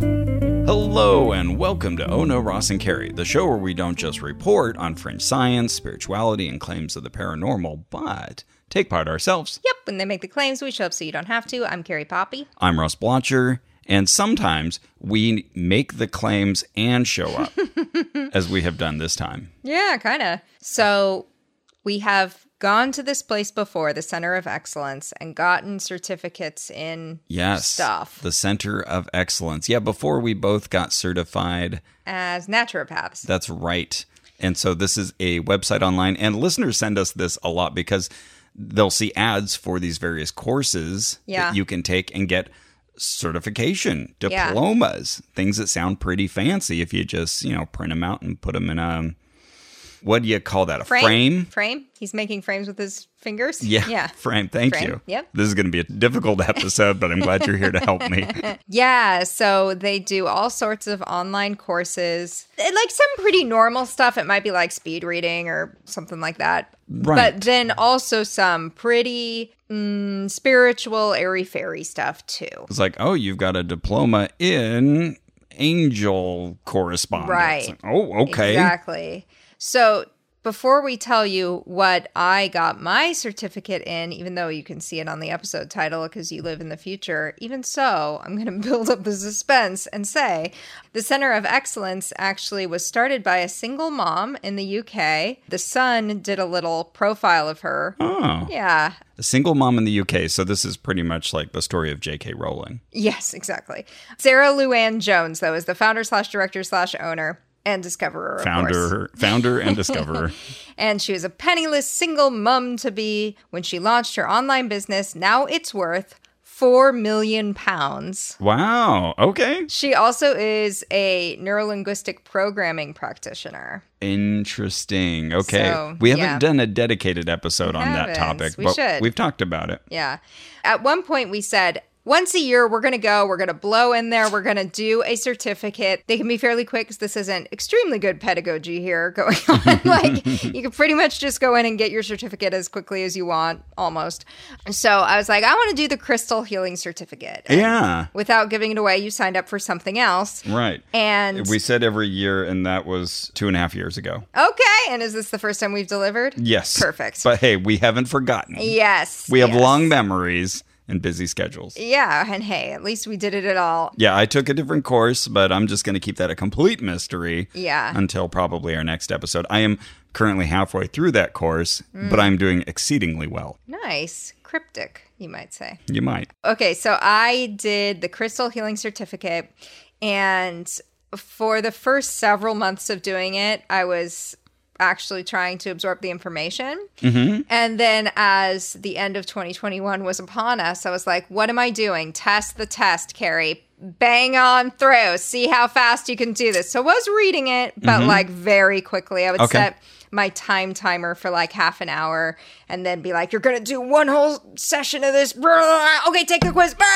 Hello, and welcome to Oh No, Ross and Carrie, the show where we don't just report on fringe science, spirituality, and claims of the paranormal, but take part ourselves. Yep, when they make the claims, we show up so you don't have to. I'm Carrie Poppy. I'm Russ Blotcher, and sometimes we make the claims and show up, as we have done this time. Yeah, kind of. So we have gone to this place before, the Center of Excellence, and gotten certificates in Yes. Stuff. The Center of Excellence. Yeah, before we both got certified. as naturopaths. That's right. And so this is a website online, and listeners send us this a lot because they'll see ads for these various courses Yeah. that you can take and get certification, Yeah. diplomas, things that sound pretty fancy if you just, you know, print them out and put them in a what do you call that? A frame? Frame. He's making frames with his fingers. Yeah. Yeah. Frame. Thank Frame, you. yep. This is going to be a difficult episode, but I'm glad you're here to help me. Yeah, so they do all sorts of online courses. Eh, Like some pretty normal stuff. It might be like speed reading or something like that. Right. But then also some pretty mm, spiritual, airy fairy stuff too. It's like, oh, you've got a diploma in angel correspondence. Right. Like, oh, okay. Exactly. So before we tell you what I got my certificate in, even though you can see it on the episode title because you live in the future, even so, I'm going to build up the suspense and say the Center of Excellence actually was started by a single mom in the UK. The son did a little profile of her. Oh, Yeah. a single mom in the UK. So this is pretty much like the story of J.K. Rowling. Yes, exactly. Sarah Luann Jones, though, is the founder slash director slash owner and discoverer. of course. Founder, founder and discoverer. and she was a penniless single mum to be when she launched her online business. Now it's worth 4 million pounds. wow. Okay. She also is a neurolinguistic programming practitioner. Interesting. Okay. So, we haven't yeah. done a dedicated episode on that haven't. topic, We but should. we've talked about it. Yeah. At one point, we said, once a year, we're going to go, we're going to blow in there, we're going to do a certificate. They can be fairly quick because this isn't extremely good pedagogy here going on. like, you can pretty much just go in and get your certificate as quickly as you want, almost. So I was like, I want to do the crystal healing certificate. And Yeah. Without giving it away, you signed up for something else. Right. And we said every year, and that was two and a half years ago. okay. And is this the first time we've delivered? Yes. Perfect. But hey, we haven't forgotten. yes. We have yes. long memories and busy schedules. Yeah. And hey, at least we did it at all. Yeah, I took a different course, but I'm just going to keep that a complete mystery. Yeah. Until probably our next episode. I am currently halfway through that course, but I'm doing exceedingly well. Nice. Cryptic, you might say. You might. Okay, so I did the crystal healing certificate and for the first several months of doing it, I was actually trying to absorb the information. And then as the end of 2021 was upon us, I was like, what am I doing? Test the test, Carrie. Bang on through. See how fast you can do this. So I was reading it, but like very quickly. I would Okay. set my time timer for like half an hour and then be like, you're going to do one whole session of this. Blah. Okay, take the quiz. Blah.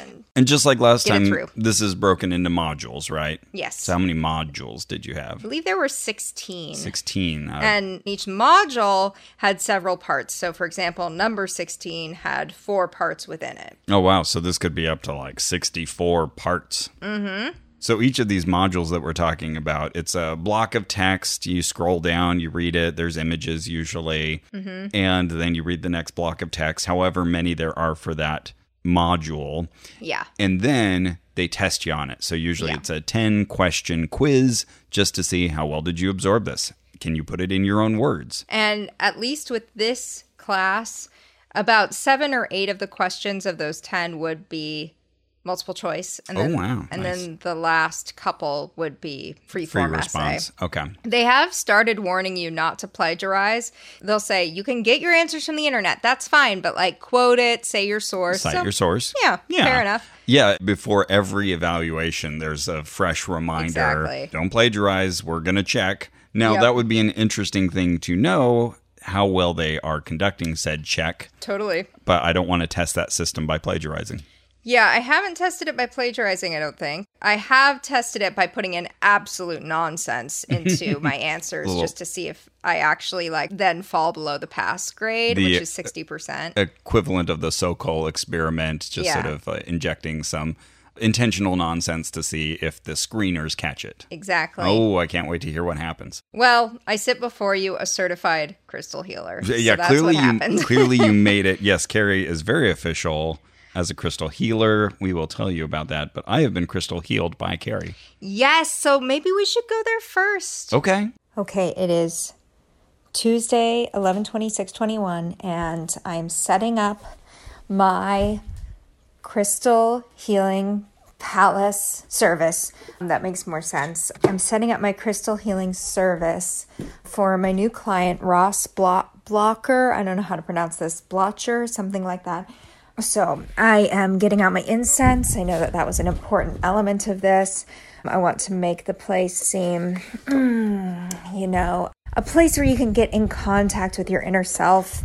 And- And just like last it time, through. this is broken into modules, right? Yes. So how many modules did you have? I believe there were 16. 16. Uh, And each module had several parts. So, for example, number 16 had four parts within it. oh, wow. So this could be up to like 64 parts. Mm-hmm. So each of these modules that we're talking about, it's a block of text. You scroll down, you read it. There's images usually, Mm-hmm. and then you read the next block of text, however many there are for that module. Yeah. and then they test you on it. So usually it's a 10 question quiz just to see how well did you absorb this? Can you put it in your own words? And at least with this class, about seven or eight of the questions of those 10 would be multiple choice. And Oh, then, wow. And Nice. then the last couple would be Free free form essay. response. Okay. They have started warning you not to plagiarize. They'll say you can get your answers from the internet. That's fine, but like quote it, say your source. Cite So- your source. yeah, fair enough. Yeah, before every evaluation, there's a fresh reminder Exactly. don't plagiarize. We're going to check. Now, Yep. that would be an interesting thing to know how well they are conducting said check, Totally. but I don't want to test that system by plagiarizing. Yeah, I haven't tested it by plagiarizing, I don't think. I have tested it by putting in absolute nonsense into my answers Little- just to see if I actually like then fall below the pass grade, The- uh, which is 60%. Equivalent of the Sokol experiment, just Yeah. sort of uh, injecting some intentional nonsense to see if the screeners catch it. exactly. Oh, I can't wait to hear what happens. Well, I sit before you a certified crystal healer. So yeah, that's clearly what happened. you clearly you made it. Yes, Carrie is very official as a crystal healer. We will tell you about that, but I have been crystal healed by Carrie. yes, so maybe we should go there first. Okay. Okay, it is Tuesday, 11 21, and I'm setting up my crystal healing palace service. That makes more sense. I'm setting up my crystal healing service for my new client, Ross Blo- Blocker. I don't know how to pronounce this, Blotcher, something like that. So I am getting out my incense. I know that that was an important element of this. I want to make the place seem you know, a place where you can get in contact with your inner self,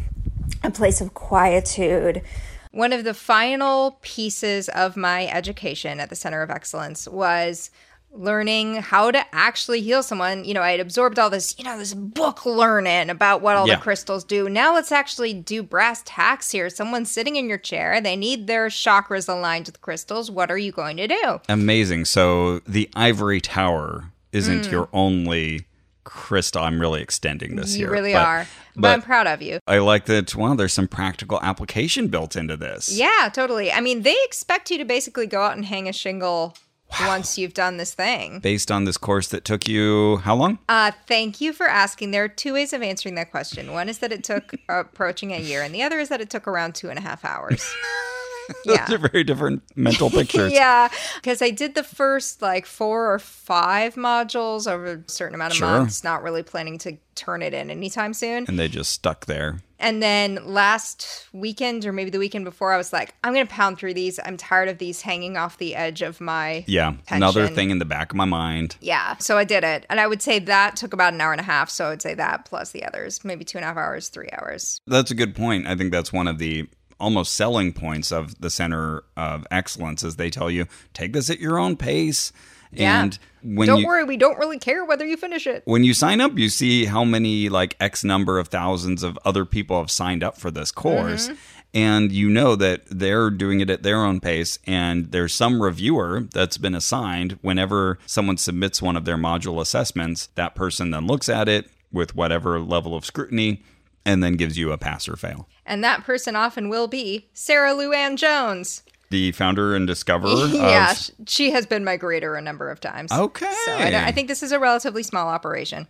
a place of quietude. One of the final pieces of my education at the Center of Excellence was learning how to actually heal someone. You know, I had absorbed all this, you know, this book learning about what all Yeah. the crystals do. Now let's actually do brass tacks here. Someone's sitting in your chair, they need their chakras aligned with crystals. What are you going to do? Amazing. So the ivory tower isn't Mm. your only crystal. I'm really extending this You here. really but- are. But, but- I'm proud of you. I like that. Wow, there's some practical application built into this. Yeah, totally. I mean, they expect you to basically go out and hang a shingle once you've done this thing. Based on this course that took you how long? Uh, thank you for asking. There are two ways of answering that question. One is that it took approaching a year, and the other is that it took around two and a half hours. Uh, yeah. Those are very different mental pictures. Yeah, because I did the first like four or five modules over a certain amount of Sure. months, not really planning to turn it in anytime soon. And they just stuck there. And then last weekend, or maybe the weekend before, I was like, I'm going to pound through these. I'm tired of these hanging off the edge of my. Yeah. Another Tension. thing in the back of my mind. Yeah. So I did it. And I would say that took about an hour and a half. So I would say that plus the others, maybe two and a half hours, three hours. That's a good point. I think that's one of the almost selling points of the Center of Excellence is they tell you take this at your own pace. Yeah. And when don't you worry. We don't really care whether you finish it. when you sign up, you see how many like X number of thousands of other people have signed up for this course. Mm-hmm. And you know that they're doing it at their own pace, and there's some reviewer that's been assigned whenever someone submits one of their module assessments, that person then looks at it with whatever level of scrutiny and then gives you a pass or fail. And that person often will be Sarah Luann Jones. the founder and discoverer yeah. of sh- She has been my grader a number of times. Okay. So I, don't- I think this is a relatively small operation.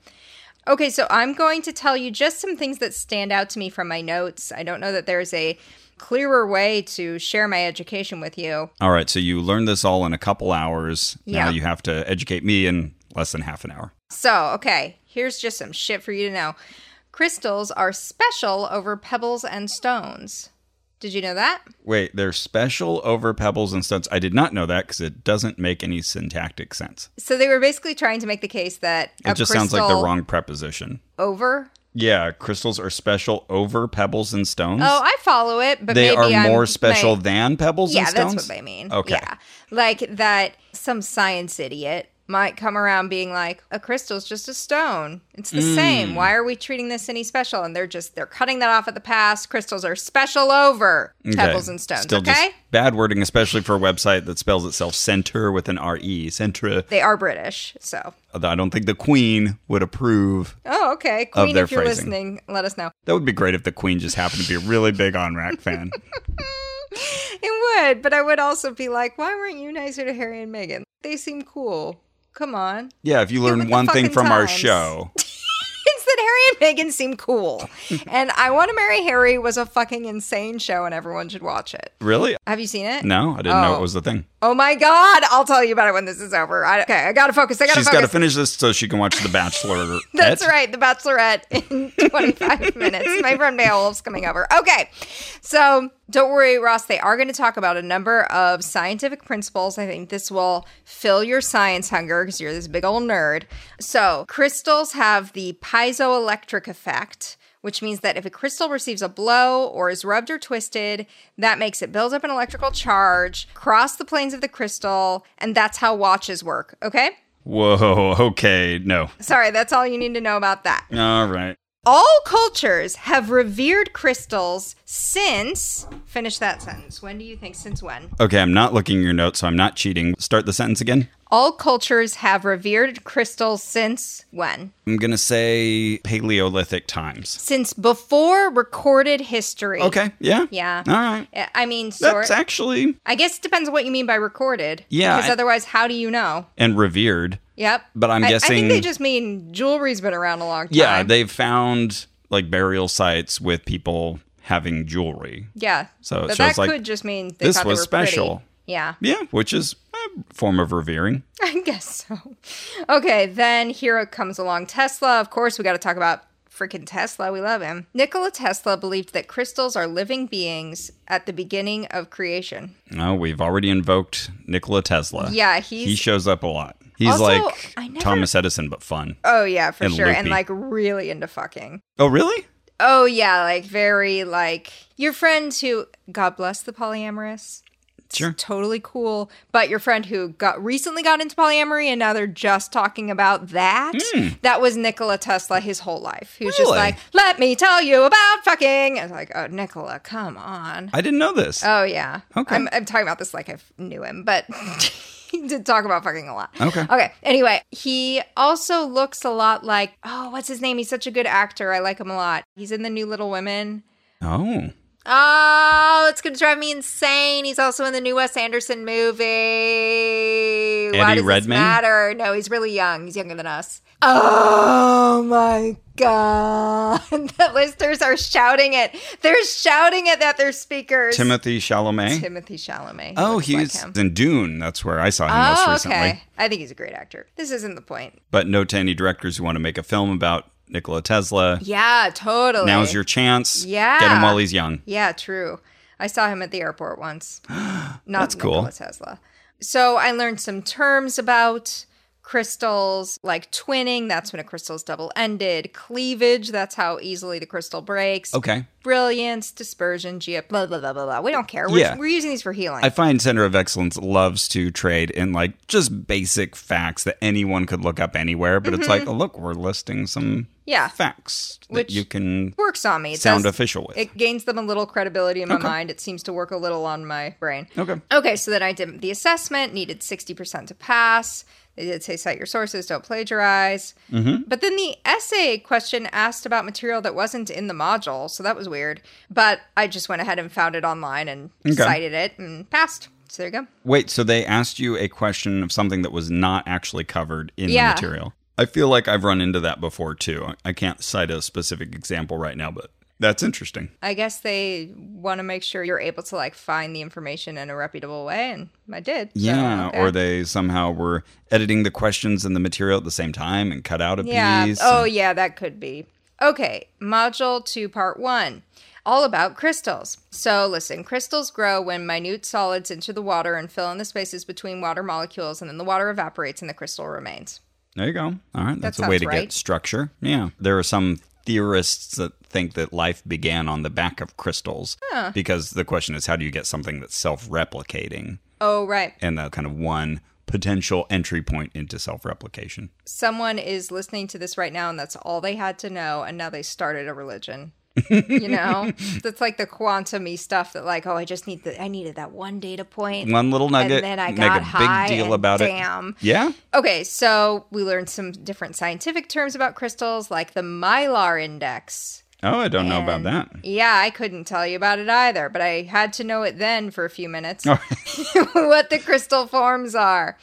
Okay, so I'm going to tell you just some things that stand out to me from my notes. I don't know that there's a clearer way to share my education with you. All right, so you learned this all in a couple hours. Now Yeah. you have to educate me in less than half an hour. So, okay, here's just some shit for you to know. Crystals are special over pebbles and stones. Did you know that? Wait, they're special over pebbles and stones. I did not know that because it doesn't make any syntactic sense. So they were basically trying to make the case that It a just crystal sounds like the wrong preposition. over. Yeah, crystals are special over pebbles and stones. Oh, I follow it, but they maybe are I'm- more special my- than pebbles yeah, and stones. that's what they mean. Okay. Yeah, like that. Some science idiot might come around being like, "A crystal's just a stone. It's the Mm. same. Why are we treating this any special?" And they're just they're cutting that off at the pass. Crystals are special over Okay. pebbles and stones. Still okay. just bad wording, especially for a website that spells itself center with an R E. Centra. They are British, so. I don't think the Queen would approve Oh, okay. Queen, their if you're phrasing. listening, let us know. That would be great if the Queen just happened to be a really big Onrak fan. It would, but I would also be like, why weren't you nicer to Harry and Meghan? They seem cool. Come on. Yeah, if you with learn the one thing fucking from our times. show, It's that Harry and Meghan seem cool. and I Want to Marry Harry was a fucking insane show and everyone should watch it. really? Have you seen it? No, I didn't know it Oh. was the thing. Oh my God. I'll tell you about it when this is over. I, okay, I gotta focus. I gotta She's got focus. to finish this so she can watch The Bachelor. That's right, The Bachelorette in 25 minutes. My friend Beowulf's coming over. Okay, so don't worry, Ross. They are going to talk about a number of scientific principles. I think this will fill your science hunger because you're this big old nerd. So, crystals have the piezoelectric effect, which means that if a crystal receives a blow or is rubbed or twisted, that makes it build up an electrical charge, cross the planes of the crystal, and that's how watches work. Okay? Whoa, okay, no. Sorry, that's all you need to know about that. All right. All cultures have revered crystals since. Finish that sentence. When do you think? Since when? Okay, I'm not looking at your notes, so I'm not cheating. Start the sentence again. All cultures have revered crystals since when? I'm going to say Paleolithic times. Since before recorded history. Okay, yeah? Yeah. All right. I- I mean, sort. That's actually, I guess it depends on what you mean by recorded. Yeah, Because I- otherwise, how do you know? and revered. Yep. But I'm I- I guessing- think they just mean jewelry's been around a long time. Yeah, Uh, they've found like burial sites with people having jewelry. Yeah. So- but so that it's like, could just mean they this thought was they were pretty. special. Yeah. Yeah, which is a form of revering. I guess so. Okay, then here comes along Tesla. Of course, we got to talk about freaking Tesla. We love him. Nikola Tesla believed that crystals are living beings at the beginning of creation. No, Uh, we've already invoked Nikola Tesla. Yeah, he's. He shows up a lot. He's Also, like I never- Thomas Edison, but fun. oh, yeah, for And sure. And loopy. like really into fucking. Oh, really? Oh, yeah, like very like your friend who, God bless the polyamorous. It's Sure. Totally cool. But your friend who got recently got into polyamory and now they're just talking about that. That was Nikola Tesla his whole life. He was just Hmm. Really? like, let me tell you about fucking. I was like, oh, Nikola, come on. I didn't know this. oh, yeah. Okay. I'm, I'm talking about this like I f- knew him, but he did talk about fucking a lot. Okay. Okay. Anyway, he also looks a lot like, oh, what's his name? He's such a good actor. I like him a lot. He's in the new Little Women. oh. Oh, it's gonna drive me insane. He's also in the new Wes Anderson movie. Eddie Why Eddie does Redmayne? this matter? No, he's really young. He's younger than us. Oh my god! the listeners are shouting it. They're shouting it at their speakers. Timothy Chalamet. Timothy Chalamet. He oh, looks he's Like him. in Dune. That's where I saw him most Oh, recently. okay. I think he's a great actor. This isn't the point. But no to any directors who want to make a film about Nikola Tesla. Yeah, totally. Now's your chance. Yeah. Get him while he's young. Yeah, true. I saw him at the airport once. Not That's cool. Nikola Tesla. So I learned some terms about crystals, like twinning. That's when a crystal's double ended. Cleavage. That's how easily the crystal breaks. Okay. Brilliance, dispersion, geo. Blah blah blah blah blah. We don't care. We're, Yeah. we're using these for healing. I find Center of Excellence loves to trade in like just basic facts that anyone could look up anywhere, but it's like, oh, look, we're listing some Mm-hmm. Yeah. facts that Which- you can Works on me. It sound does- official with. It gains them a little credibility in my mind. It seems to work a little on my brain. okay. Okay, so then I did the assessment, needed 60% to pass. They did say cite your sources, don't plagiarize. Mm-hmm. But then the essay question asked about material that wasn't in the module, so that was weird. But I just went ahead and found it online and cited it and passed. So there you go. Wait, so they asked you a question of something that was not actually covered in Yeah. the material. I feel like I've run into that before too. I- I can't cite a specific example right now, but that's interesting. I guess they want to make sure you're able to like find the information in a reputable way, and I did. So, Yeah, okay. or they somehow were editing the questions and the material at the same time and cut out a Yeah. piece. Oh, and- yeah, that could be. Okay, module two, part one, all about crystals. So, listen, crystals grow when minute solids enter the water and fill in the spaces between water molecules, and then the water evaporates and the crystal remains. there you go. All right, that's a sounds way to right. get structure. Yeah, there are some theorists that think that life began on the back of crystals because the question is how do you get something that's self-replicating Oh, right. and that kind of one potential entry point into self-replication. Someone is listening to this right now, and that's all they had to know, and now they started a religion. you know, that's like the quantum stuff that, like, oh, I just need the, I needed that one data point, one little nugget, and then I make got a high big deal and about it. Damn. Yeah, Okay, so we learned some different scientific terms about crystals, like the Mylar index. oh, I don't know about And- that. Yeah, I couldn't tell you about it either, but I had to know it then for a few minutes Oh. what the crystal forms are.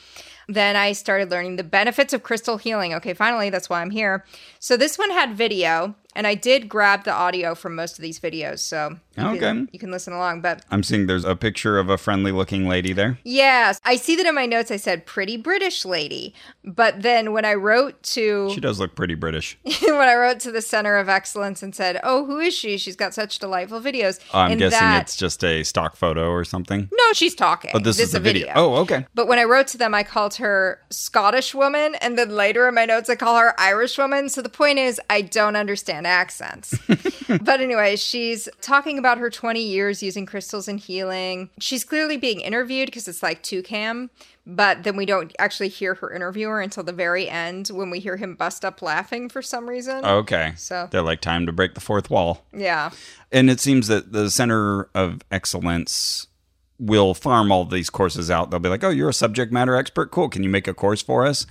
Then I started learning the benefits of crystal healing. Okay, finally, that's why I'm here. So this one had video, and I did grab the audio from most of these videos, so you can- Okay. you can listen along. But I'm seeing there's a picture of a friendly-looking lady there. yes, I see that in my notes. I said pretty British lady, but then when I wrote to She does look pretty British. when I wrote to the Center of Excellence and said, "Oh, who is she? She's got such delightful videos." I'm and guessing that- it's just a stock photo or something. no, she's talking. But this, is, a the video. Oh, okay. But when I wrote to them, I called her Scottish woman, and then later in my notes, I call her Irish woman. So the point is, I don't understand and accents. but anyway, she's talking about her 20 years using crystals and healing. She's clearly being interviewed because it's like two cam, but then we don't actually hear her interviewer until the very end when we hear him bust up laughing for some Uh, reason. Okay. So- they're like time to break the fourth wall. Yeah. And it seems that the Center of Excellence will farm all these courses out. They'll be like, "Oh, you're a subject matter expert. Cool. Can you make a course for us?"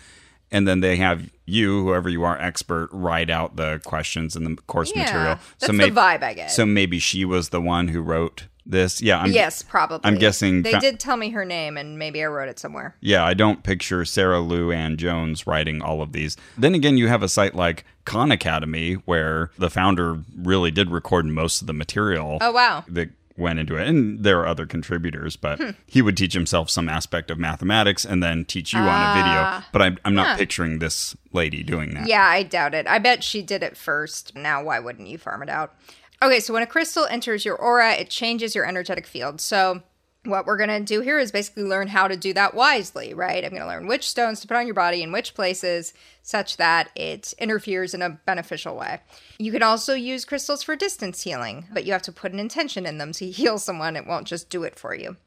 And then they have you, whoever you are, expert, write out the questions and the course Yeah. material. That's the may- vibe I get. So maybe she was the one who wrote this. Yeah, I'm, yes, probably. I'm guessing They fa- did tell me her name and maybe I wrote it somewhere. Yeah, I don't picture Sarah Lou Ann Jones writing all of these. Then again, you have a site like Khan Academy where the founder really did record most of the material Oh, wow. that went into it. And there are other contributors, but Hmm. he would teach himself some aspect of mathematics and then teach you on a video. But I'm, I'm not picturing this lady doing that. Ah. Yeah, I doubt it. I bet she did it first. Now, why wouldn't you farm it out? Okay, so when a crystal enters your aura, it changes your energetic field. So, what we're going to do here is basically learn how to do that wisely, right? I'm going to learn which stones to put on your body in which places such that it interferes in a beneficial way. You can also use crystals for distance healing, but you have to put an intention in them to heal someone. It won't just do it for you.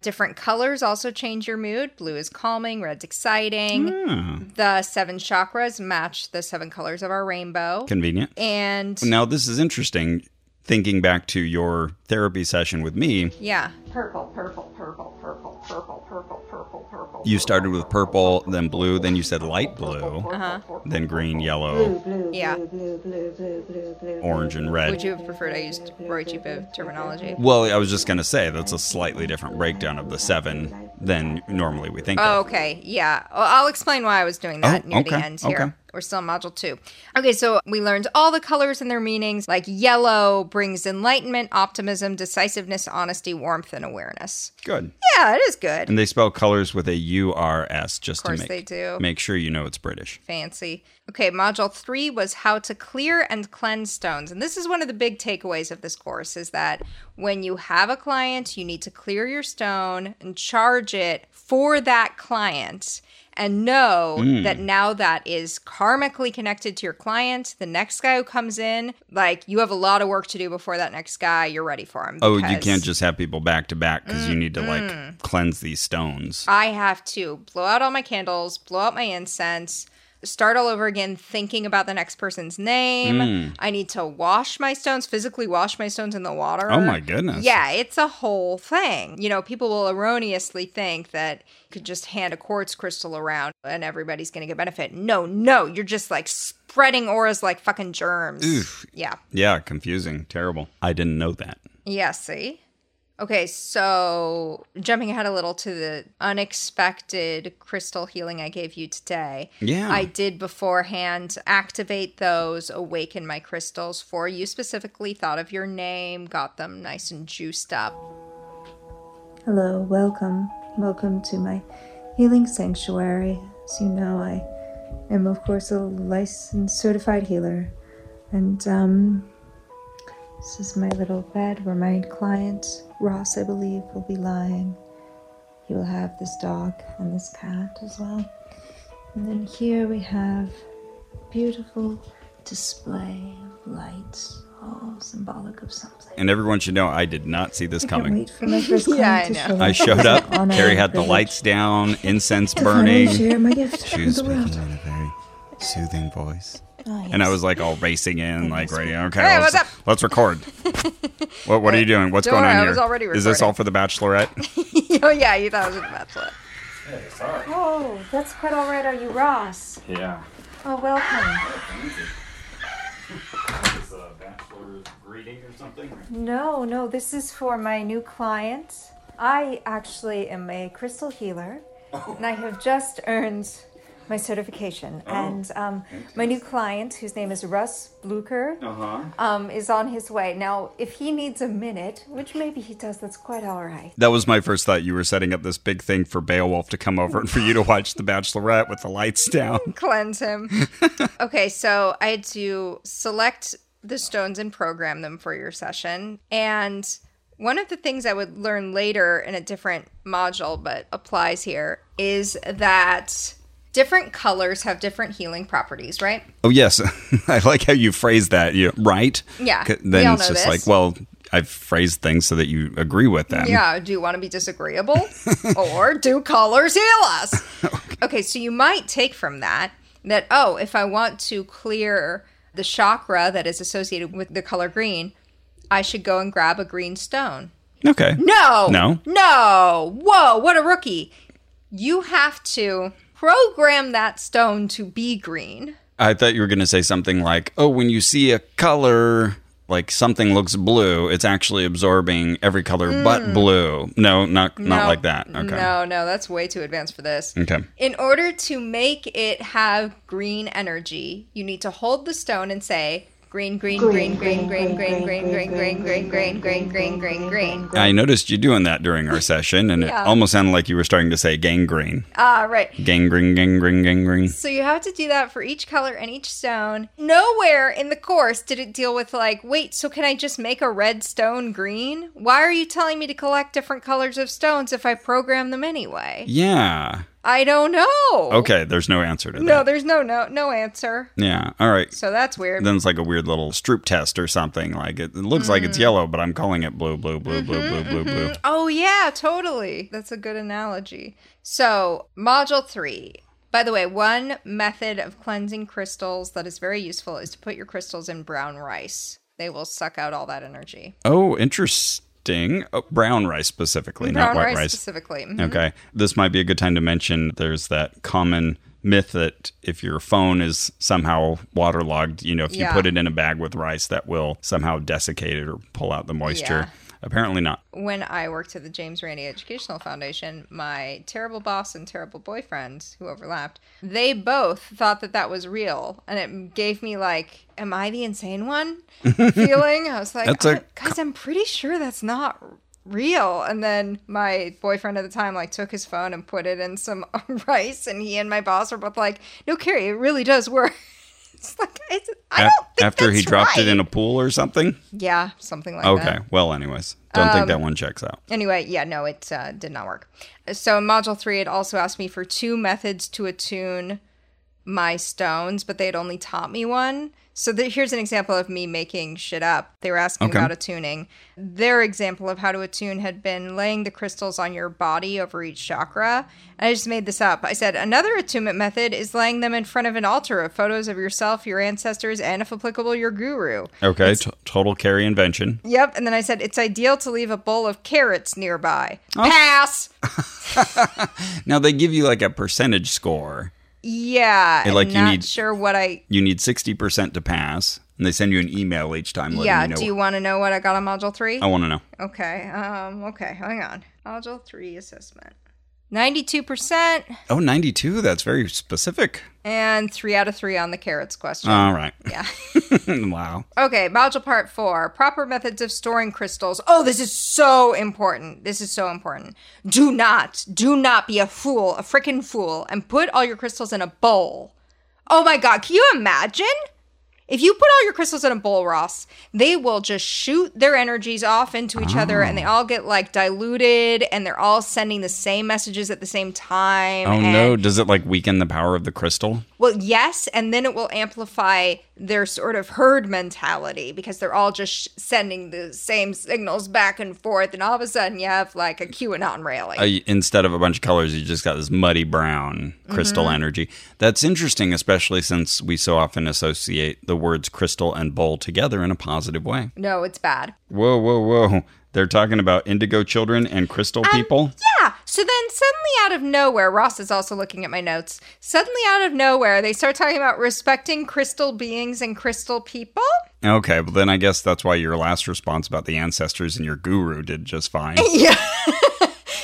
Different colors also change your mood. Blue is calming, red's exciting. Hmm. The seven chakras match the seven colors of our rainbow. Convenient. and Now, this is interesting thinking back to your therapy session with me. yeah, purple, purple, purple, purple, purple, purple, purple, purple. You started with purple, then blue, then you said light blue, Uh-huh. then green, yellow, blue, Yeah. blue, blue, blue, blue, blue, blue. orange, and red. would you have preferred I used Roichi Biv terminology? Well, I was just going to say that's a slightly different breakdown of the seven than normally we think. Oh, of. okay. Yeah. Well, I'll explain why I was doing that Oh, near the okay, end here. okay. We're still in module two. Okay, so we learned all the colors and their meanings. Like yellow brings enlightenment, optimism, decisiveness, honesty, warmth, and awareness. Good. Yeah, it is good. And they spell colors with a U R S just to course make, they do. make sure you know it's British. Fancy. Okay, module three was how to clear and cleanse stones. And this is one of the big takeaways of this course is that when you have a client, you need to clear your stone and charge it for that client. And know Mm. that now that is karmically connected to your client. The next guy who comes in, like you have a lot of work to do before that next guy, you're ready for him. Oh, you because- can't just have people back to back because you need to like cleanse these stones. I have to blow out all my candles, blow out my incense, start all over again thinking about the next person's name. Hmm. I need to wash my stones, physically wash my stones in the water. Oh my goodness. Uh, Yeah, it's a whole thing. You know, people will erroneously think that you could just hand a quartz crystal around and everybody's going to get benefit. No, no, you're just like spreading auras like fucking germs. Yeah. Yeah, confusing, terrible. I didn't know that. Yeah, see? Okay, so jumping ahead a little to the unexpected crystal healing I gave you today. Yeah. I did beforehand activate those, awaken my crystals for you specifically, thought of your name, got them nice and juiced up. Hello, welcome. Welcome to my healing sanctuary. As you know, I am, of course, a licensed certified healer. And um, this is my little bed where my client, Ross, I believe, will be lying. He will have this dog and this cat as well. And then here we have a beautiful display of lights, all symbolic of something. And everyone should know I did not see this Can't coming. wait for my first client Yeah, I know. to show up. I showed It's up. an honor Carrie and had the privilege. lights down, incense Finally burning. share my gift She with was the speaking world. in a very soothing voice. Ah, And I was like all racing in, like ready. Okay, Hey, let's, what's up? let's record. what What are you doing? What's Don't going on worry, I here? was already Is this recording. all for the Bachelorette? oh, yeah, you thought it was a bachelor. Oh, that's quite all right. Are you Ross? yeah. Oh, welcome. Is a bachelor's greeting or something? No, no, this is for my new client. I actually am a crystal healer, and I have just earned my certification. and um, my new client, whose name is Russ Blucher, Uh huh. um, is on his way. Now, if he needs a minute, which maybe he does, that's quite all right. That was my first thought. You were setting up this big thing for Beowulf to come over and for you to watch the Bachelorette with the lights down. cleanse him. okay, so I had to select the stones and program them for your session. And one of the things I would learn later in a different module, but applies here, is that different colors have different healing properties, right? Oh yes, I like how you phrase that. You right? Yeah, C- we Then all it's know just like, this. well, I've phrased things so that you agree with them. Yeah, do you want to be disagreeable? or do colors heal us? Okay, so you might take from that that, oh, if I want to clear the chakra that is associated with the color green, I should go and grab a green stone. Okay. No. No? No. Whoa, what a rookie. You have to program that stone to be green. I thought you were going to say something like, "Oh, when you see a color." Like something looks blue, it's actually absorbing every color but blue. No, not not Mm. No. like that. Okay. Mm-hmm. No, no, that's way too advanced for this. Okay. In order to make it have green energy, you need to hold the stone and say green, green, green, green, green, green, green, green, green, green, green, green, green, green, green. I noticed you doing that during our session, and Yeah. it almost sounded like you were starting to say gangrene. Ah, right. Gangrene, gangrene, gangrene. So you have to do that for each color and each stone. Nowhere in the course did it deal with like, wait, so can I just make a red stone green? Why are you telling me to collect different colors of stones if I program them anyway? Yeah. I don't know. Okay, there's no answer to that. No, there's no no no answer. yeah. All right. So that's weird. Then it's like a weird little Stroop test or something. Like it, it looks like Mm. it's yellow, but I'm calling it blue, blue, blue, blue, blue, blue, blue. Oh, yeah, totally. That's a good analogy. So, module three. By the way, one method of cleansing crystals that is very useful is to put your crystals in brown rice. They will suck out all that energy. Oh, interesting. Oh, brown rice specifically, brown not white rice, rice. specifically. Mhm. Okay. This might be a good time to mention there's that common myth that if your phone is somehow waterlogged, you know, if Yeah. you put it in a bag with rice, that will somehow desiccate it or pull out the moisture. Apparently not. When I worked at the James Randi Educational Foundation, my terrible boss and terrible boyfriend, who overlapped, they both thought that that was real, and it gave me like, "Am I the insane one?" feeling. I was like, That's a "I- "Guys, I'm pretty sure that's not r- real." And then my boyfriend at the time like took his phone and put it in some rice, and he and my boss were both like, "No, Carrie, it really does work." it's like it's, I Af- don't think after he that's dropped it in a right. pool or something. yeah, Um, something like that. Okay. Well, anyways, don't think that one checks out. Anyway, yeah, no, it uh, did not work. So in module three, it also asked me for two methods to attune my stones, but they had only taught me one. So the, here's an example of me making shit up. They were asking Okay. about attuning. Their example of how to attune had been laying the crystals on your body over each chakra. And I just made this up. I said another attunement method is laying them in front of an altar of photos of yourself, your ancestors, and if applicable, your guru. Okay. T- total carry invention. Yep. And then I said, it's ideal to leave a bowl of carrots nearby. Pass. Now they give you like a percentage score. Yeah. like, I'm you not need- sure what I. You need 60% to pass, and they send you an email each time letting Yeah. you know. Do you want to know what I got on module three? I want to know. Okay. Um. Okay. Hang on. Module three assessment. Ninety-two percent Oh, 92. That's very specific. and three out of three on the carrots question. All right. yeah. wow. Okay, module part four proper methods of storing crystals. Oh, this is so important. This is so important. Do not, do not be a fool, a freaking fool, and put all your crystals in a bowl. Oh my God, can you imagine? If you put all your crystals in a bowl, Ross, they will just shoot their energies off into each other Oh. and they all get like diluted and they're all sending the same messages at the same time. Oh, and no. Does it like weaken the power of the crystal? well, yes, and then it will amplify their sort of herd mentality because they're all just sh- sending the same signals back and forth, and all of a sudden you have like a QAnon rally. Uh, instead of a bunch of colors, you just got this muddy brown crystal Mm-hmm. energy. That's interesting, especially since we so often associate the words crystal and bowl together in a positive way. no, it's bad. Whoa, whoa, whoa. They're talking about indigo children and crystal Um, people? Yeah. So then suddenly out of nowhere, Ross is also looking at my notes. Suddenly out of nowhere, they start talking about respecting crystal beings and crystal people. Okay, well then I guess that's why your last response about the ancestors and your guru did just fine.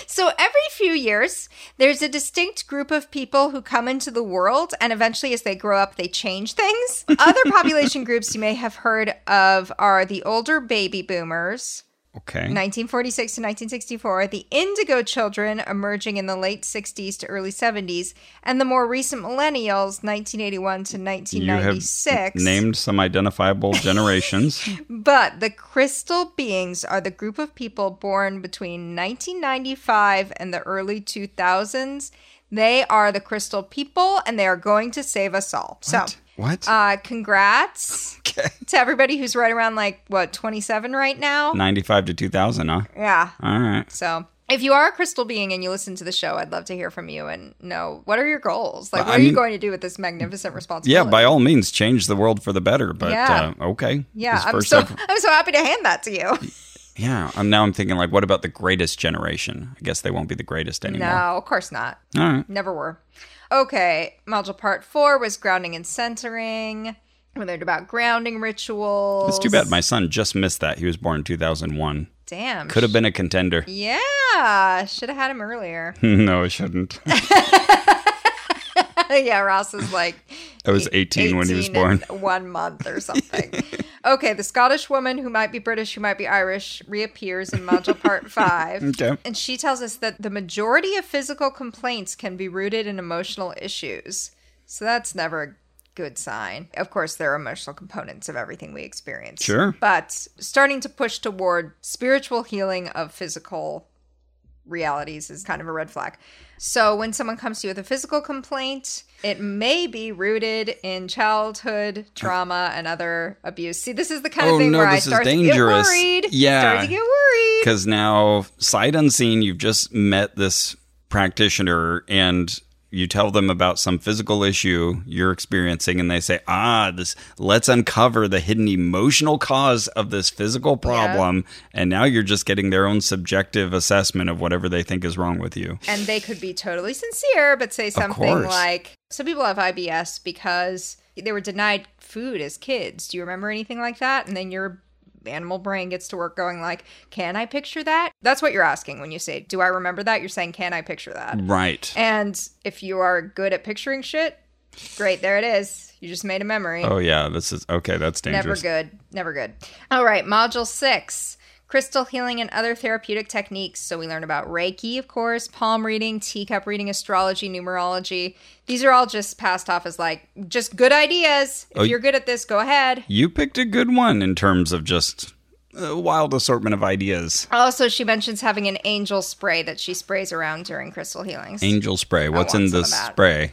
So every few years, there's a distinct group of people who come into the world, and eventually, as they grow up, they change things. Other population groups you may have heard of are the older baby boomers. Okay. 1946 to 1964, the indigo children emerging in the late 60s to early 70s, and the more recent millennials, 1981 to You have 1996. n- named some identifiable generations. But the crystal beings are the group of people born between 1995 and the early 2000s They are the crystal people and they are going to save us all. So, What? uh, congrats okay. to everybody who's right around like, what, 27 right now? 95 to 2000, huh? Yeah. All right. So, if you are a crystal being and you listen to the show, I'd love to hear from you and know what are your goals? Like, Well, what I are you mean- going to do with this magnificent responsibility? Yeah, by all means, change the world for the better. But Yeah. uh, okay. Yeah, This I'm first so ever- I'm so happy to hand that to you. yeah. I'm now. I'm thinking like, what about the greatest generation? I guess they won't be the greatest anymore. No, of course not. All right. Never were. Okay, module part four was grounding and centering. We learned about grounding rituals. It's too bad my son just missed that. He was born in 2001. damn Could have been a contender. Yeah, should have had him earlier. no, I shouldn't. yeah, Ross was like I was 18 when he was born. and One month or something. okay, the Scottish woman who might be British, who might be Irish, reappears in module part five. Okay. And she tells us that the majority of physical complaints can be rooted in emotional issues. So that's never a good sign. Of course, there are emotional components of everything we experience. Sure. But starting to push toward spiritual healing of physical realities is kind of a red flag. So when someone comes to you with a physical complaint, it may be rooted in childhood trauma and other abuse. See, this is the kind of Oh, thing no, where I this is start to get dangerous. worried. Yeah. Start to get worried. Because now, sight unseen, you've just met this practitioner and you tell them about some physical issue you're experiencing, and they say, Ah, this let's uncover the hidden emotional cause of this physical problem. And now you're just getting their own subjective assessment of whatever they think is wrong with you. and they could be totally sincere, but say something course. like, "Some people have IBS because they were denied food as kids." Do you remember anything like that? And then your animal brain gets to work, going like, "Can I picture that?" That's what you're asking when you say, "Do I remember that?" You're saying, "Can I picture that?" Right. And if you are good at picturing shit, great, there it is. You just made a memory. Oh, yeah. This is okay. That's Never dangerous. good. Never good. All right, module six crystal healing and other therapeutic techniques. So we learn about Reiki, of course, palm reading, teacup reading, astrology, numerology. These are all just passed off as like just good ideas. If Oh, y- you're good at this, go ahead. You picked a good one in terms of just a wild assortment of ideas. Also, she mentions having an angel spray that she sprays around during crystal healings. Angel spray. What's in want some the of that. spray?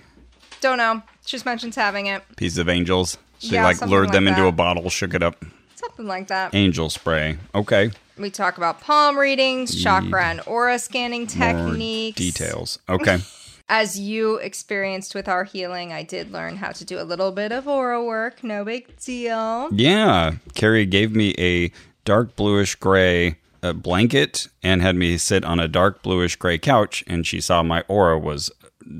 Don't know. She just mentions having it. Piece of angels. She Yeah, like something lured like them into that. a bottle, shook it up. Something like that. Angel spray. Okay. We talk about palm readings, chakra and aura scanning More techniques. details. Okay. as you experienced with our healing, I did learn how to do a little bit of aura work. No big deal. yeah. Carrie gave me a dark bluish gray uh, blanket and had me sit on a dark bluish gray couch, and she saw my aura was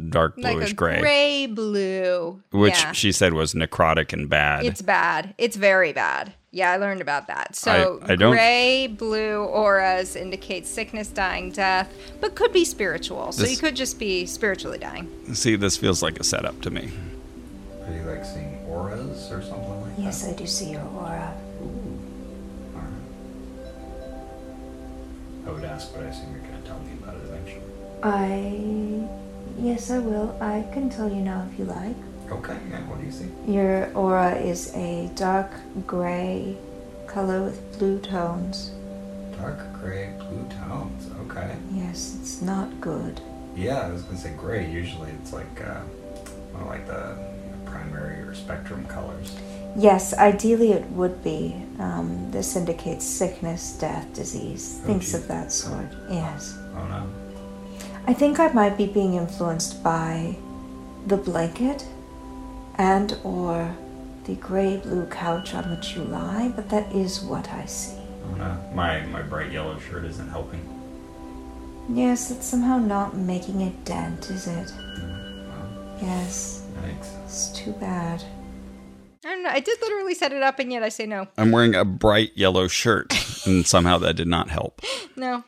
dark Like bluish a gray, gray, blue. which yeah. she said was necrotic and bad. it's bad. It's very bad. Yeah, I learned about that. So I- I don't- gray, blue auras indicate sickness, dying, death, but could be spiritual. So This- you could just be spiritually dying. See, this feels like a setup to me. Are you like seeing auras or something like Yes, I do see your aura. that? I would ask, but I assume you're going to tell me about it eventually. I. Yes, I will. I can tell you now if you like. Okay, and what do you see? Your aura is a dark gray color with blue tones. Dark gray, blue tones. Okay. Yes, it's not good. Yeah, I was going to say gray. Usually it's like uh, one of like the you know, primary or spectrum colors. Yes, ideally it would be. Um, this indicates sickness, death, disease, things Oh, gee. of that sort. Yes. Oh no. I think I might be being influenced by the blanket and or the gray blue couch on which you lie, but that is what I see. Oh no. My, my bright yellow shirt isn't helping. Yes, it's somehow not making a dent, is it? Wow. Yes, Yikes. it's too bad. I don't know. I did literally set it up, and yet I say no. I'm wearing a bright yellow shirt, and somehow that did not help. No.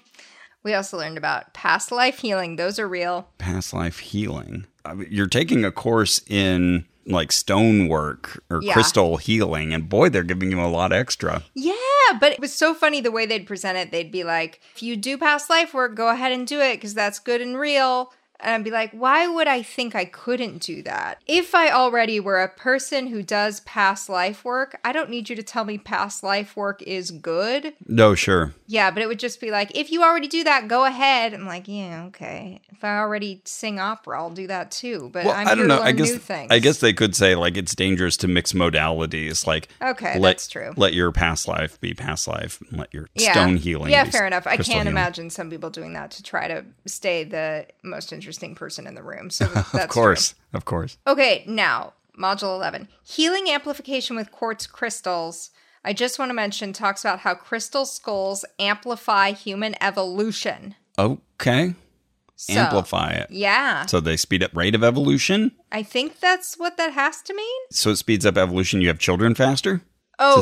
We also learned about past life healing. Those are real. past life healing. I mean, You're taking a course in like stonework or Yeah. crystal healing, and boy, they're giving you a lot extra. Yeah, but it was so funny the way they'd present it. They'd be like, if you do past life work, go ahead and do it because that's good and real. And I'd be like, why would I think I couldn't do that? If I already were a person who does past life work, I don't need you to tell me past life work is good. No, sure. Yeah, but it would just be like, if you already do that, go ahead. I'm like, yeah, okay. If I already sing opera, I'll do that too. But Well, I'm I do here not know. to learn I guess new things. I guess they could say like it's dangerous to mix modalities. Like Okay, let, that's true. Let your past life be past life, and let your stone healing. Yeah, be fair enough. I crystal can't healing. imagine some people doing that to try to stay the most interesting person in the room. So that's Of course, of course. Okay, now, module 11 healing amplification with quartz crystals. I just want to mention talks about how crystal skulls amplify human evolution. Okay, So, amplify it. Yeah. So they speed up rate of evolution. I think that's what that has to mean. So it speeds up evolution. You have children faster. Oh,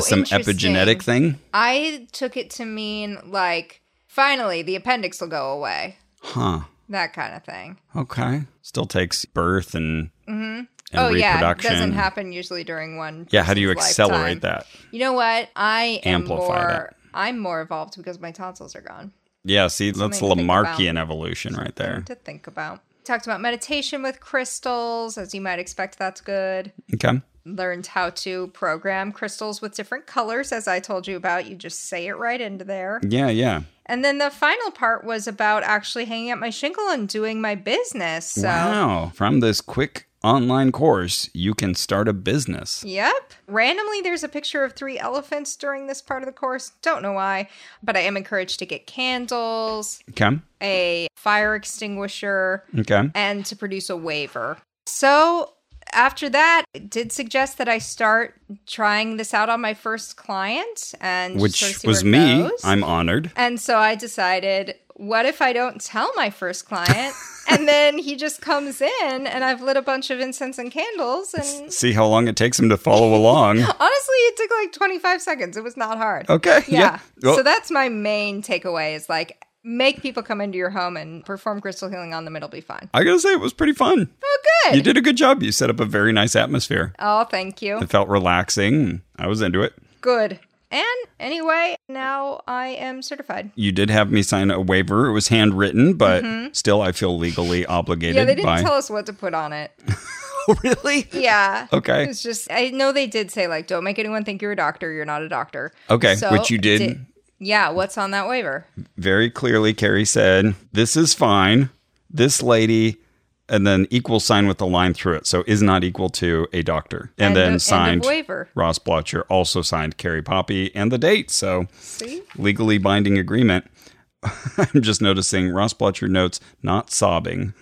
so some interesting. epigenetic thing, I took it to mean like finally the appendix will go away. huh? That kind of thing. Okay, still takes birth and and oh yeah, it reproduction. doesn't happen usually during one. Yeah, how do you person's accelerate lifetime. that? You know what? I am Amplify more. that. I'm more evolved because my tonsils are gone. Yeah, see, that's Something to think about. Lamarckian evolution right there. To think about. Talked about meditation with crystals, as you might expect. That's good. Okay. Learned how to program crystals with different colors, as I told you about. You just say it right into there. Yeah, yeah. And then the final part was about actually hanging up my shingle and doing my business. So, Wow. From this quick online course, you can start a business. yep. Randomly, there's a picture of three elephants during this part of the course. Don't know why, but I am encouraged to get candles, Okay. a fire extinguisher, Okay. and to produce a waiver. So, after that, it did suggest that I start trying this out on my first client, and just sort of Which see was where it me. goes. I'm honored. And so I decided, what if I don't tell my first client? and then he just comes in and I've lit a bunch of incense and candles. And See how long it takes him to follow along. honestly, it took like 25 seconds. It was not hard. Okay. Yeah. Oh, Well, so that's my main takeaway is like, make people come into your home and perform crystal healing on them. It'll be fun. I got to say, it was pretty fun. Oh, You good. did a good job. You set up a very nice atmosphere. Oh, thank you. It felt relaxing. I was into it. Good. And anyway, now I am certified. You did have me sign a waiver. It was handwritten, but still, I feel legally obligated Mm-hmm. Yeah, they didn't by. tell us what to put on it. really? Yeah. Okay. It's just I know they did say like don't make anyone think you're a doctor. You're not a doctor. Okay, which you I did. yeah. What's on that waiver? very clearly Carrie said, "This is fine. This lady." And then equal sign with the line through it. So is not equal to a doctor. And End of- then end of signed waiver. Ross Blotcher, also signed Carrie Poppy and the date. So See. legally binding agreement. I'm just noticing Ross Blotcher notes not sobbing.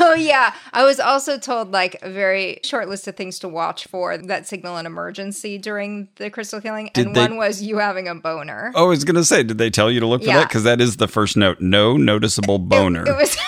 Oh yeah. I was also told like a very short list of things to watch for that signal an emergency during the crystal healing, Did and they- one was you having a boner. I was going to say, did they tell you to look for Yeah. that? Because that is the first note. No noticeable boner. It was.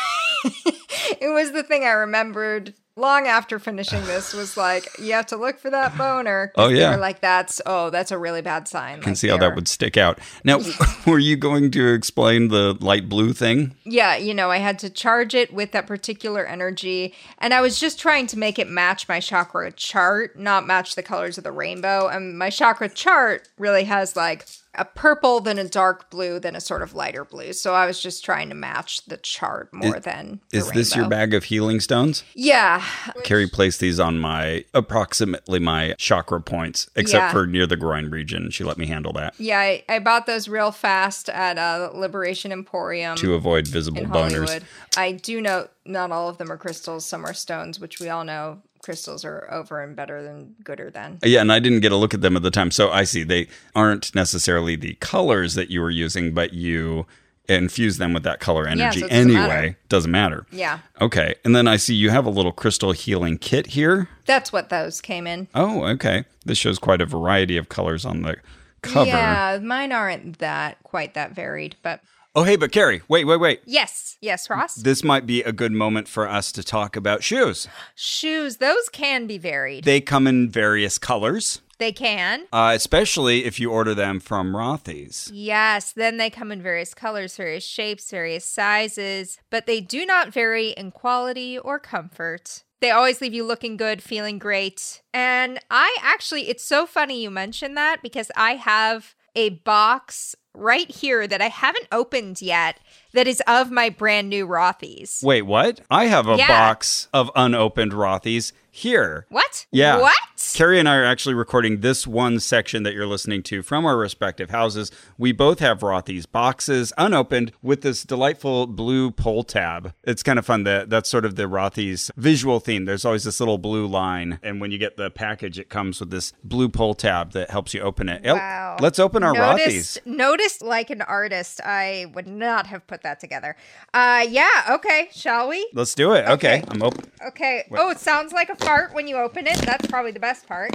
it was the thing I remembered long after finishing this was like you have to look for that boner. 'cause Oh, yeah. They were like that's oh that's a really bad sign. I can see how that would stick out. Now, were you going to explain the light blue thing? yeah, you know, I had to charge it with that particular energy. And I was just trying to make it match my chakra chart, not match the colors of the rainbow. And my chakra chart really has like a purple, then a dark blue, then a sort of lighter blue. So I was just trying to match the chart more than the Is this your rainbow. bag of healing stones? Yeah. Carrie placed these on my approximately my chakra points, except Yeah. for near the groin region. She let me handle that Yeah, I, I bought those real fast at uh, Liberation Emporium. to avoid visible in boners. Hollywood. I do know not all of them are crystals, some are stones, which we all know crystals are over and better than gooder than. Uh, Yeah, and I didn't get a look at them at the time. So I see they aren't necessarily the colors that you were using, but you infuse them with that color energy so it doesn't anyway. matter. Doesn't matter. Yeah. Okay. And then I see you have a little crystal healing kit here. That's what those came in. Oh, okay. This shows quite a variety of colors on the cover. Yeah, mine aren't that quite that varied, but Oh, hey, but Carrie, wait, wait, wait. yes, yes, Ross. This might be a good moment for us to talk about shoes. Shoes, those can be varied. They come in various colors, They can. uh, especially if you order them from Rothy's. Yes, then they come in various colors, various shapes, various sizes, but they do not vary in quality or comfort. They always leave you looking good, feeling great. And I actually, it's so funny you mentioned that because I have a box right here that I haven't opened yet that is of my brand new Rothies. Wait, what? I have a Yeah. box of unopened Rothies here. What? Yeah. What? Carrie and I are actually recording this one section that you're listening to from our respective houses. We both have Rothy's boxes unopened with this delightful blue pull tab. It's kind of fun that that's sort of the Rothy's visual theme. There's always this little blue line, and when you get the package, it comes with this blue pull tab that helps you open it. Yep. Wow. Let's open our Rothy's. noticed, noticed like an artist. I would not have put that together. Uh yeah, okay. Shall we? Let's do it. Okay, I'm open. Okay. Oh, it sounds like a fart when you open it. That's probably the best part.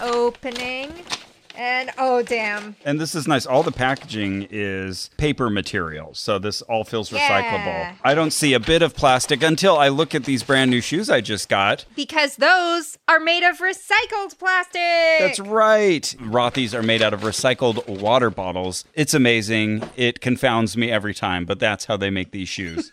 Opening. And oh damn. And this is nice. All the packaging is paper material. So this all feels Yeah. recyclable. I don't see a bit of plastic until I look at these brand new shoes I just got. Because those are made of recycled plastic. That's right. Rothy's are made out of recycled water bottles. It's amazing. It confounds me every time, but that's how they make these shoes.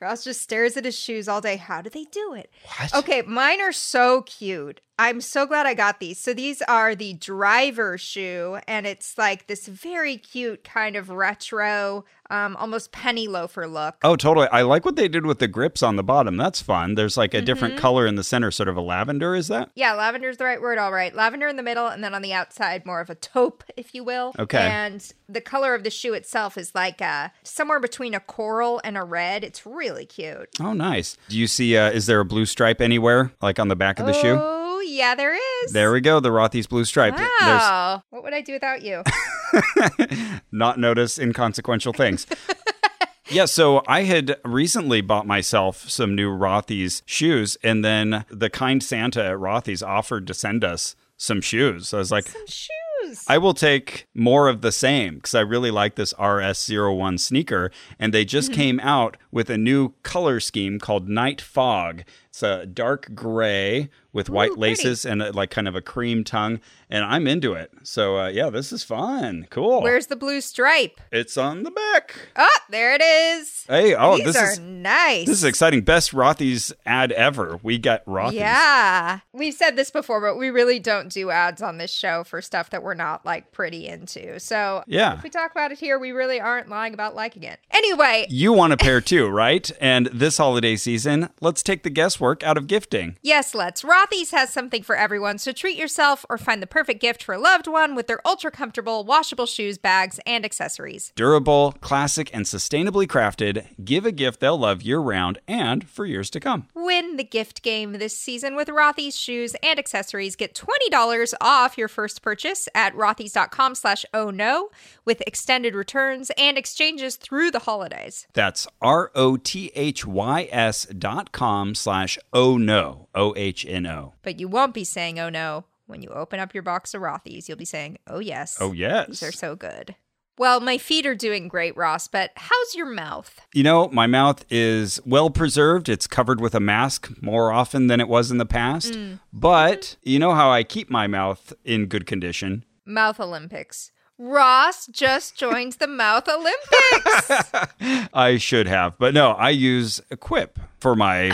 Ross just stares at his shoes all day. How do they do it? What? Okay, mine are so cute. I'm so glad I got these. So these are the driver shoe, and it's like this very cute kind of retro, um, almost penny loafer look. Oh, totally. I like what they did with the grips on the bottom. That's fun. There's like a different Mm-hmm. color in the center, sort of a lavender, is that? Yeah, lavender's the right word, all right. Lavender in the middle, and then on the outside, more of a taupe, if you will. Okay. And the color of the shoe itself is like uh, somewhere between a coral and a red. It's really cute. Oh, nice. Do you see, uh, is there a blue stripe anywhere, like on the back of the shoe? Oh, yeah, there is. There we go, the Rothy's blue stripe. There's Wow. What would I do without you? not notice inconsequential things. Yeah, so I had recently bought myself some new Rothy's shoes, and then the kind Santa at Rothy's offered to send us some shoes. So I was like, Shoes. I will take more of the same because I really like this RS01 sneaker. And they just came out with a new color scheme called Night Fog. It's a dark gray with white laces and a, like kind of a cream tongue. And I'm into it. So, uh, yeah, this is fun. Cool. Where's the blue stripe? It's on the back. Oh, there it is. Hey, oh, These this are is nice. this is exciting. Best Rothy's ad ever. We got Rothy's. Yeah. We've said this before, but we really don't do ads on this show for stuff that we're not like pretty into. So Yeah. if we talk about it here, we really aren't lying about liking it. Anyway, You want a pair too, right? And this holiday season, let's take the guesswork out of gifting. yes, let's. Rothy's has something for everyone, so treat yourself or find the perfect gift for a loved one with their ultra comfortable, washable shoes, bags, and accessories. Durable, classic, and sustainably crafted, give a gift they'll love year round and for years to come. Win the gift game this season with Rothy's shoes and accessories. Get $20 off your first purchase at rothys.com slash oh no with extended returns and exchanges through the holidays. That's R O T H Y S dot com slash oh no, O H N O. But you won't be saying oh no when you open up your box of Rothy's. You'll be saying oh yes. Oh, yes. These are so good. Well, my feet are doing great, Ross, but how's your mouth? You know, my mouth is well preserved. It's covered with a mask more often than it was in the past. Mm. But Mm-hmm. you know how I keep my mouth in good condition? Mouth Olympics. Ross just joined the Mouth Olympics. I should have, but no, I use a quip for my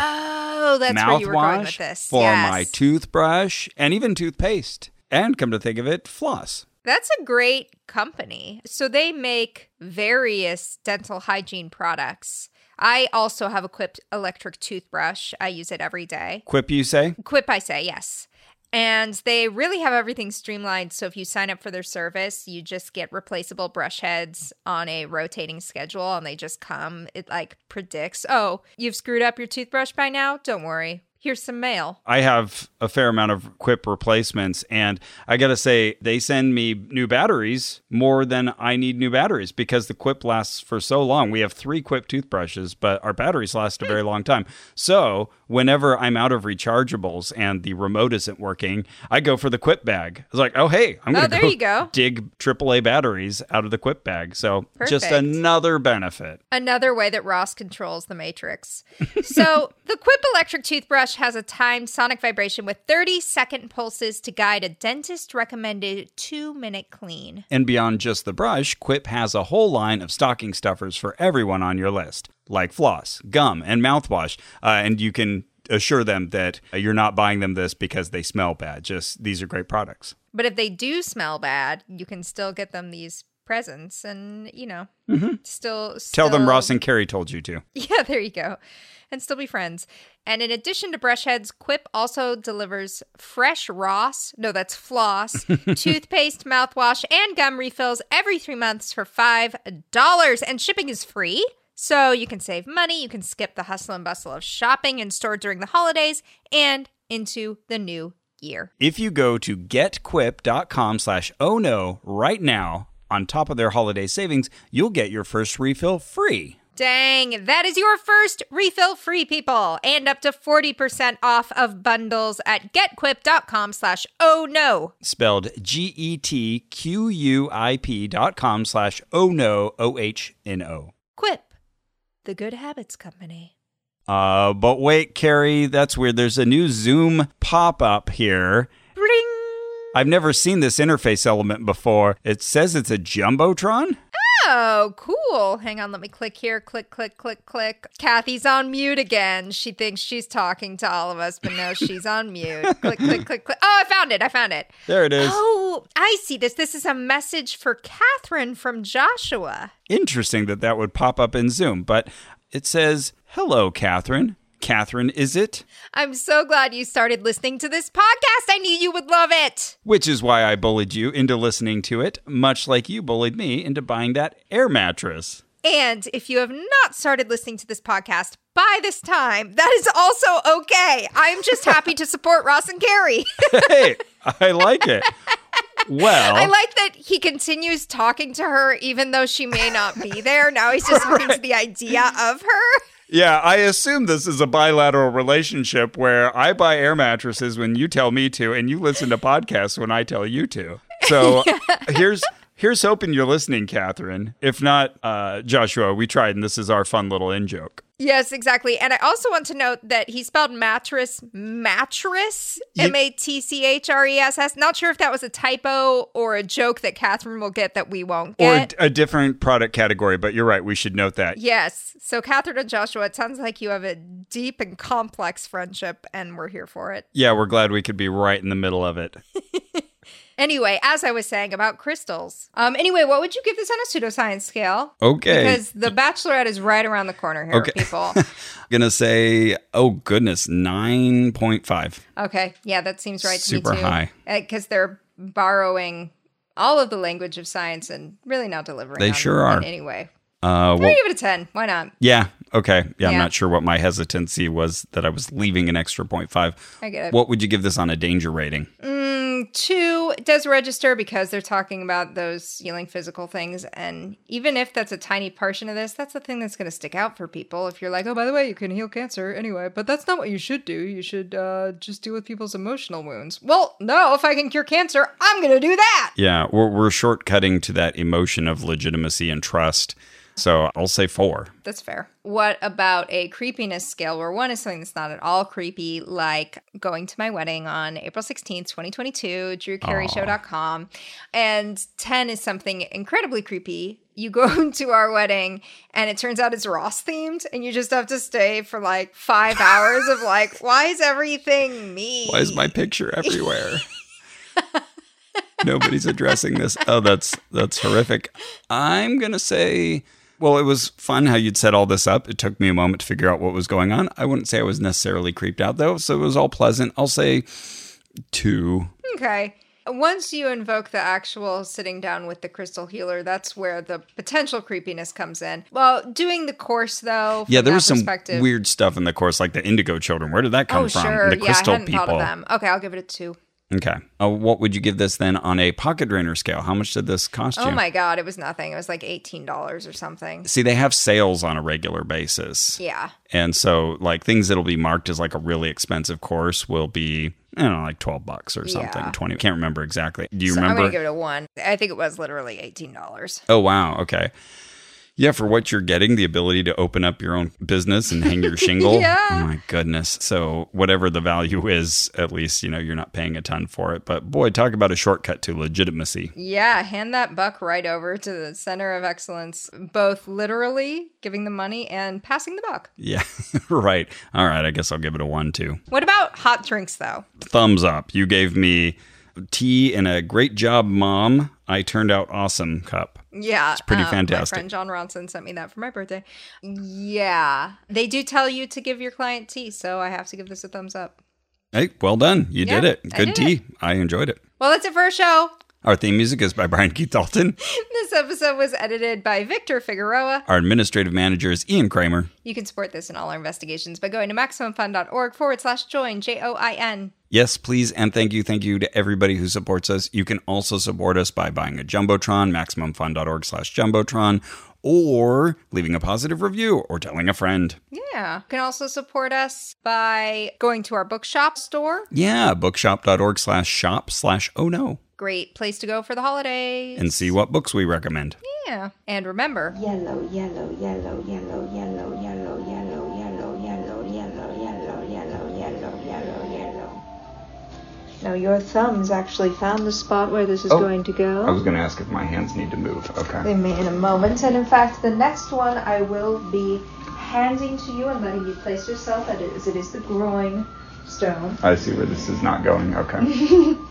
Oh, that's where you were going with mouthwash, this. for Yes. my toothbrush, and even toothpaste. And come to think of it, floss. That's a great company. So they make various dental hygiene products. I also have a Quip electric toothbrush. I use it every day. Quip, you say? Quip, I say, yes. And they really have everything streamlined. So if you sign up for their service, you just get replaceable brush heads on a rotating schedule and they just come. It like predicts, oh, you've screwed up your toothbrush by now? Don't worry. Here's some mail. I have a fair amount of Quip replacements, and I gotta say, they send me new batteries more than I need new batteries because the Quip lasts for so long. We have three Quip toothbrushes, but our batteries last a very long time. So, whenever I'm out of rechargeables and the remote isn't working, I go for the Quip bag. It's like, oh, hey, I'm gonna there go you go. dig AAA batteries out of the Quip bag. So, just Perfect. another benefit. another way that Ross controls the Matrix. so, the Quip electric toothbrush has a timed sonic vibration with 30 second pulses to guide a dentist recommended two minute clean. And beyond just the brush, Quip has a whole line of stocking stuffers for everyone on your list, like floss, gum, and mouthwash. Uh, and you can assure them that uh, you're not buying them this because they smell bad. Just these are great products. But if they do smell bad, you can still get them these presence and, you know, still, Mm-hmm. Tell them still- Ross and Carrie told you to. Yeah, there you go. And still be friends. And in addition to brush heads, Quip also delivers fresh Ross, no, that's floss, toothpaste, mouthwash, and gum refills every three months for $5. And shipping is free. So you can save money, you can skip the hustle and bustle of shopping in store during the holidays and into the new year. If you go to getquip.com slash oh no right now, on top of their holiday savings, you'll get your first refill free. Dang, that is your first refill free people and up to 40% off of bundles at getquip.com slash oh no. Spelled G E T Q U I P dot com slash oh no O H N O. Quip, the Good Habits Company. Uh, but wait, Carrie, that's weird. There's a new Zoom pop up here. Ring! I've never seen this interface element before. It says it's a Jumbotron? Oh, cool. Hang on, let me click here. Click, click, click, click. Kathy's on mute again. She thinks she's talking to all of us, but no, she's on mute. Click, click, click, click. Oh, I found it. I found it. There it is. Oh, I see this. This is a message for Catherine from Joshua. Interesting that that would pop up in Zoom, but it says, Hello, Catherine. Catherine, is it? I'm so glad you started listening to this podcast. I knew you would love it. Which is why I bullied you into listening to it, much like you bullied me into buying that air mattress. And if you have not started listening to this podcast by this time, that is also okay. I'm just happy to support Ross and Carrie. Hey, I like it. Well, I like that he continues talking to her even though she may not be there. Now he's just open to the idea of her. yeah, I assume this is a bilateral relationship where I buy air mattresses when you tell me to, and you listen to podcasts when I tell you to. So here's here's hoping you're listening, Catherine. If not, uh, Joshua, we tried, and this is our fun little in joke. Yes, exactly. And I also want to note that he spelled mattress mattress M A T C H R E S S. Not sure if that was a typo or a joke that Catherine will get that we won't Or get. a different product category, but you're right. We should note that. Yes. So, Catherine and Joshua, it sounds like you have a deep and complex friendship, and we're here for it. Yeah, we're glad we could be right in the middle of it. Anyway, as I was saying about crystals. Um. Anyway, what would you give this on a pseudoscience scale? Okay. Because the Bachelorette is right around the corner here, Okay. people. Gonna say, oh goodness, 9.5. Okay. Yeah, that seems right to Super me too. high. Because they're borrowing all of the language of science and really not delivering. They on sure it are. In any way. Uh, I'm well, gonna give it a ten. Why not? yeah, okay. Yeah, I'm Yeah. not sure what my hesitancy was that I was leaving an extra 0.5. I get it. What would you give this on a danger rating? Two it does register because they're talking about those healing physical things, and even if that's a tiny portion of this, that's the thing that's gonna stick out for people. If you're like, oh, by the way, you can heal cancer anyway, but that's not what you should do. You should uh, just deal with people's emotional wounds. Well, no. If I can cure cancer, I'm gonna do that. Yeah, we're, we're shortcutting to that emotion of legitimacy and trust. So I'll say four. That's fair. What about a creepiness scale where one is something that's not at all creepy, like going to my wedding on April 16th, 2022, drewcarryshow.com, and 10 is something incredibly creepy. You go to our wedding and it turns out it's Ross themed, and you just have to stay for like five hours of like, why is everything me? Why is my picture everywhere? Nobody's addressing this. Oh, that's that's horrific. I'm gonna say. Well, it was fun how you'd set all this up. It took me a moment to figure out what was going on. I wouldn't say I was necessarily creeped out though, so it was all pleasant. I'll say two. Okay. Once you invoke the actual sitting down with the crystal healer, that's where the potential creepiness comes in. Well, doing the course though, Yeah, there from that was some perspective- weird stuff in the course, like the Indigo Children. Where did that come oh, from? Sure. The crystal yeah, I hadn't people. Thought of them. Okay, I'll give it a two. Okay. Uh, what would you give this then on a pocket drainer scale? How much did this cost Oh you? my god, it was nothing. It was like eighteen dollars or something. See, they have sales on a regular basis. Yeah. And so, like, things that'll be marked as like a really expensive course will be, I don't know, like 12 bucks or something, Yeah. 20. Can't remember exactly. Do you So I'm remember? gonna give it a one. I think it was literally eighteen dollars. oh, wow. Okay. Yeah, for what you're getting, the ability to open up your own business and hang your shingle. Yeah. Oh, my goodness. So, whatever the value is, at least, you know, you're not paying a ton for it. But boy, talk about a shortcut to legitimacy. Yeah, hand that buck right over to the center of excellence, both literally giving the money and passing the buck. Yeah. right. All right. I guess I'll give it a one, too. What about hot drinks though? Thumbs up. You gave me tea and a great job, mom. I turned out awesome cup. Yeah. It's pretty My fantastic. friend John Ronson sent me that for my birthday. Yeah. They do tell you to give your client tea, so I have to give this a thumbs up. Hey, well done. You Yeah, did it. I Good did tea. it. I enjoyed it. Well, that's it for our show. Our theme music is by Brian Keith Dalton. This episode was edited by Victor Figueroa. Our administrative manager is Ian Kramer. You can support this and all our investigations by going to MaximumFun.org forward slash join, J O I N. Yes, please, and thank you, thank you to everybody who supports us. You can also support us by buying a jumbotron, maximumfun.org slash jumbotron, or leaving a positive review or telling a friend. Yeah. You can also support us by going to our bookshop store. Yeah, bookshop.org slash shop slash oh no, Great place to go for the holidays. and see what books we recommend. Yeah. And remember, Yellow, yellow, yellow, yellow, yellow, yellow, yellow, yellow, yellow, yellow, yellow, yellow, yellow, yellow, yellow. Now your thumbs actually found the spot where this is Oh. going to go. I was going to ask if my hands need to move. Okay. They may in a moment, and in fact, the next one I will be handing to you and letting you place yourself at it, as it is the groin stone. I see where this is not going. Okay.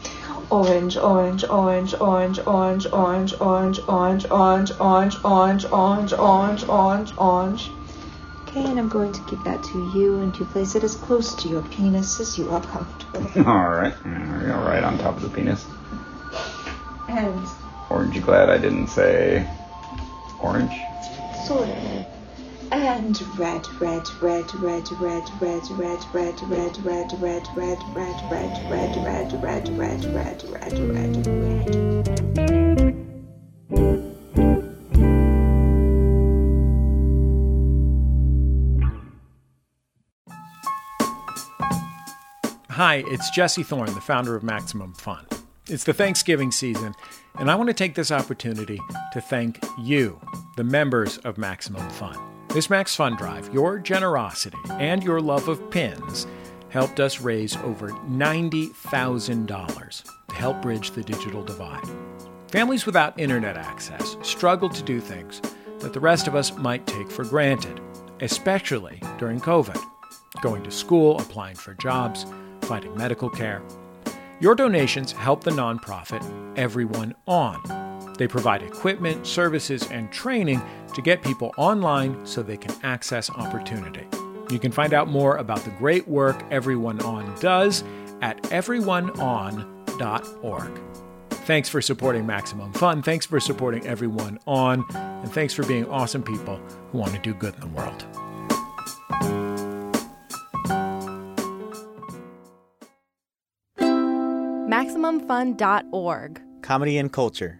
Orange, orange, orange, orange, orange, orange, orange, orange, orange, orange, orange, orange, orange, orange, orange. Okay, and I'm going to give that to you, and you place it as close to your penis as you are comfortable. all right. All right, right on top of the penis. And Orange, you glad I didn't say orange? sort of. And red, red, red, red, red, red, red, red, red, red, red, red, red, red, red, red, red, red, red, red, red, red. Hi, it's Jesse Thorne, the founder of Maximum Fun. It's the Thanksgiving season, and I want to take this opportunity to thank you, the members of Maximum Fun. This Max Fun Drive, your generosity and your love of pins helped us raise over $90,000 to help bridge the digital divide. Families without internet access struggle to do things that the rest of us might take for granted, especially during COVID going to school, applying for jobs, finding medical care. Your donations help the nonprofit Everyone On. They provide equipment, services, and training to get people online so they can access opportunity. You can find out more about the great work Everyone On does at everyoneon.org. Thanks for supporting Maximum Fun. Thanks for supporting Everyone On. And thanks for being awesome people who want to do good in the world. MaximumFun.org. Comedy and culture.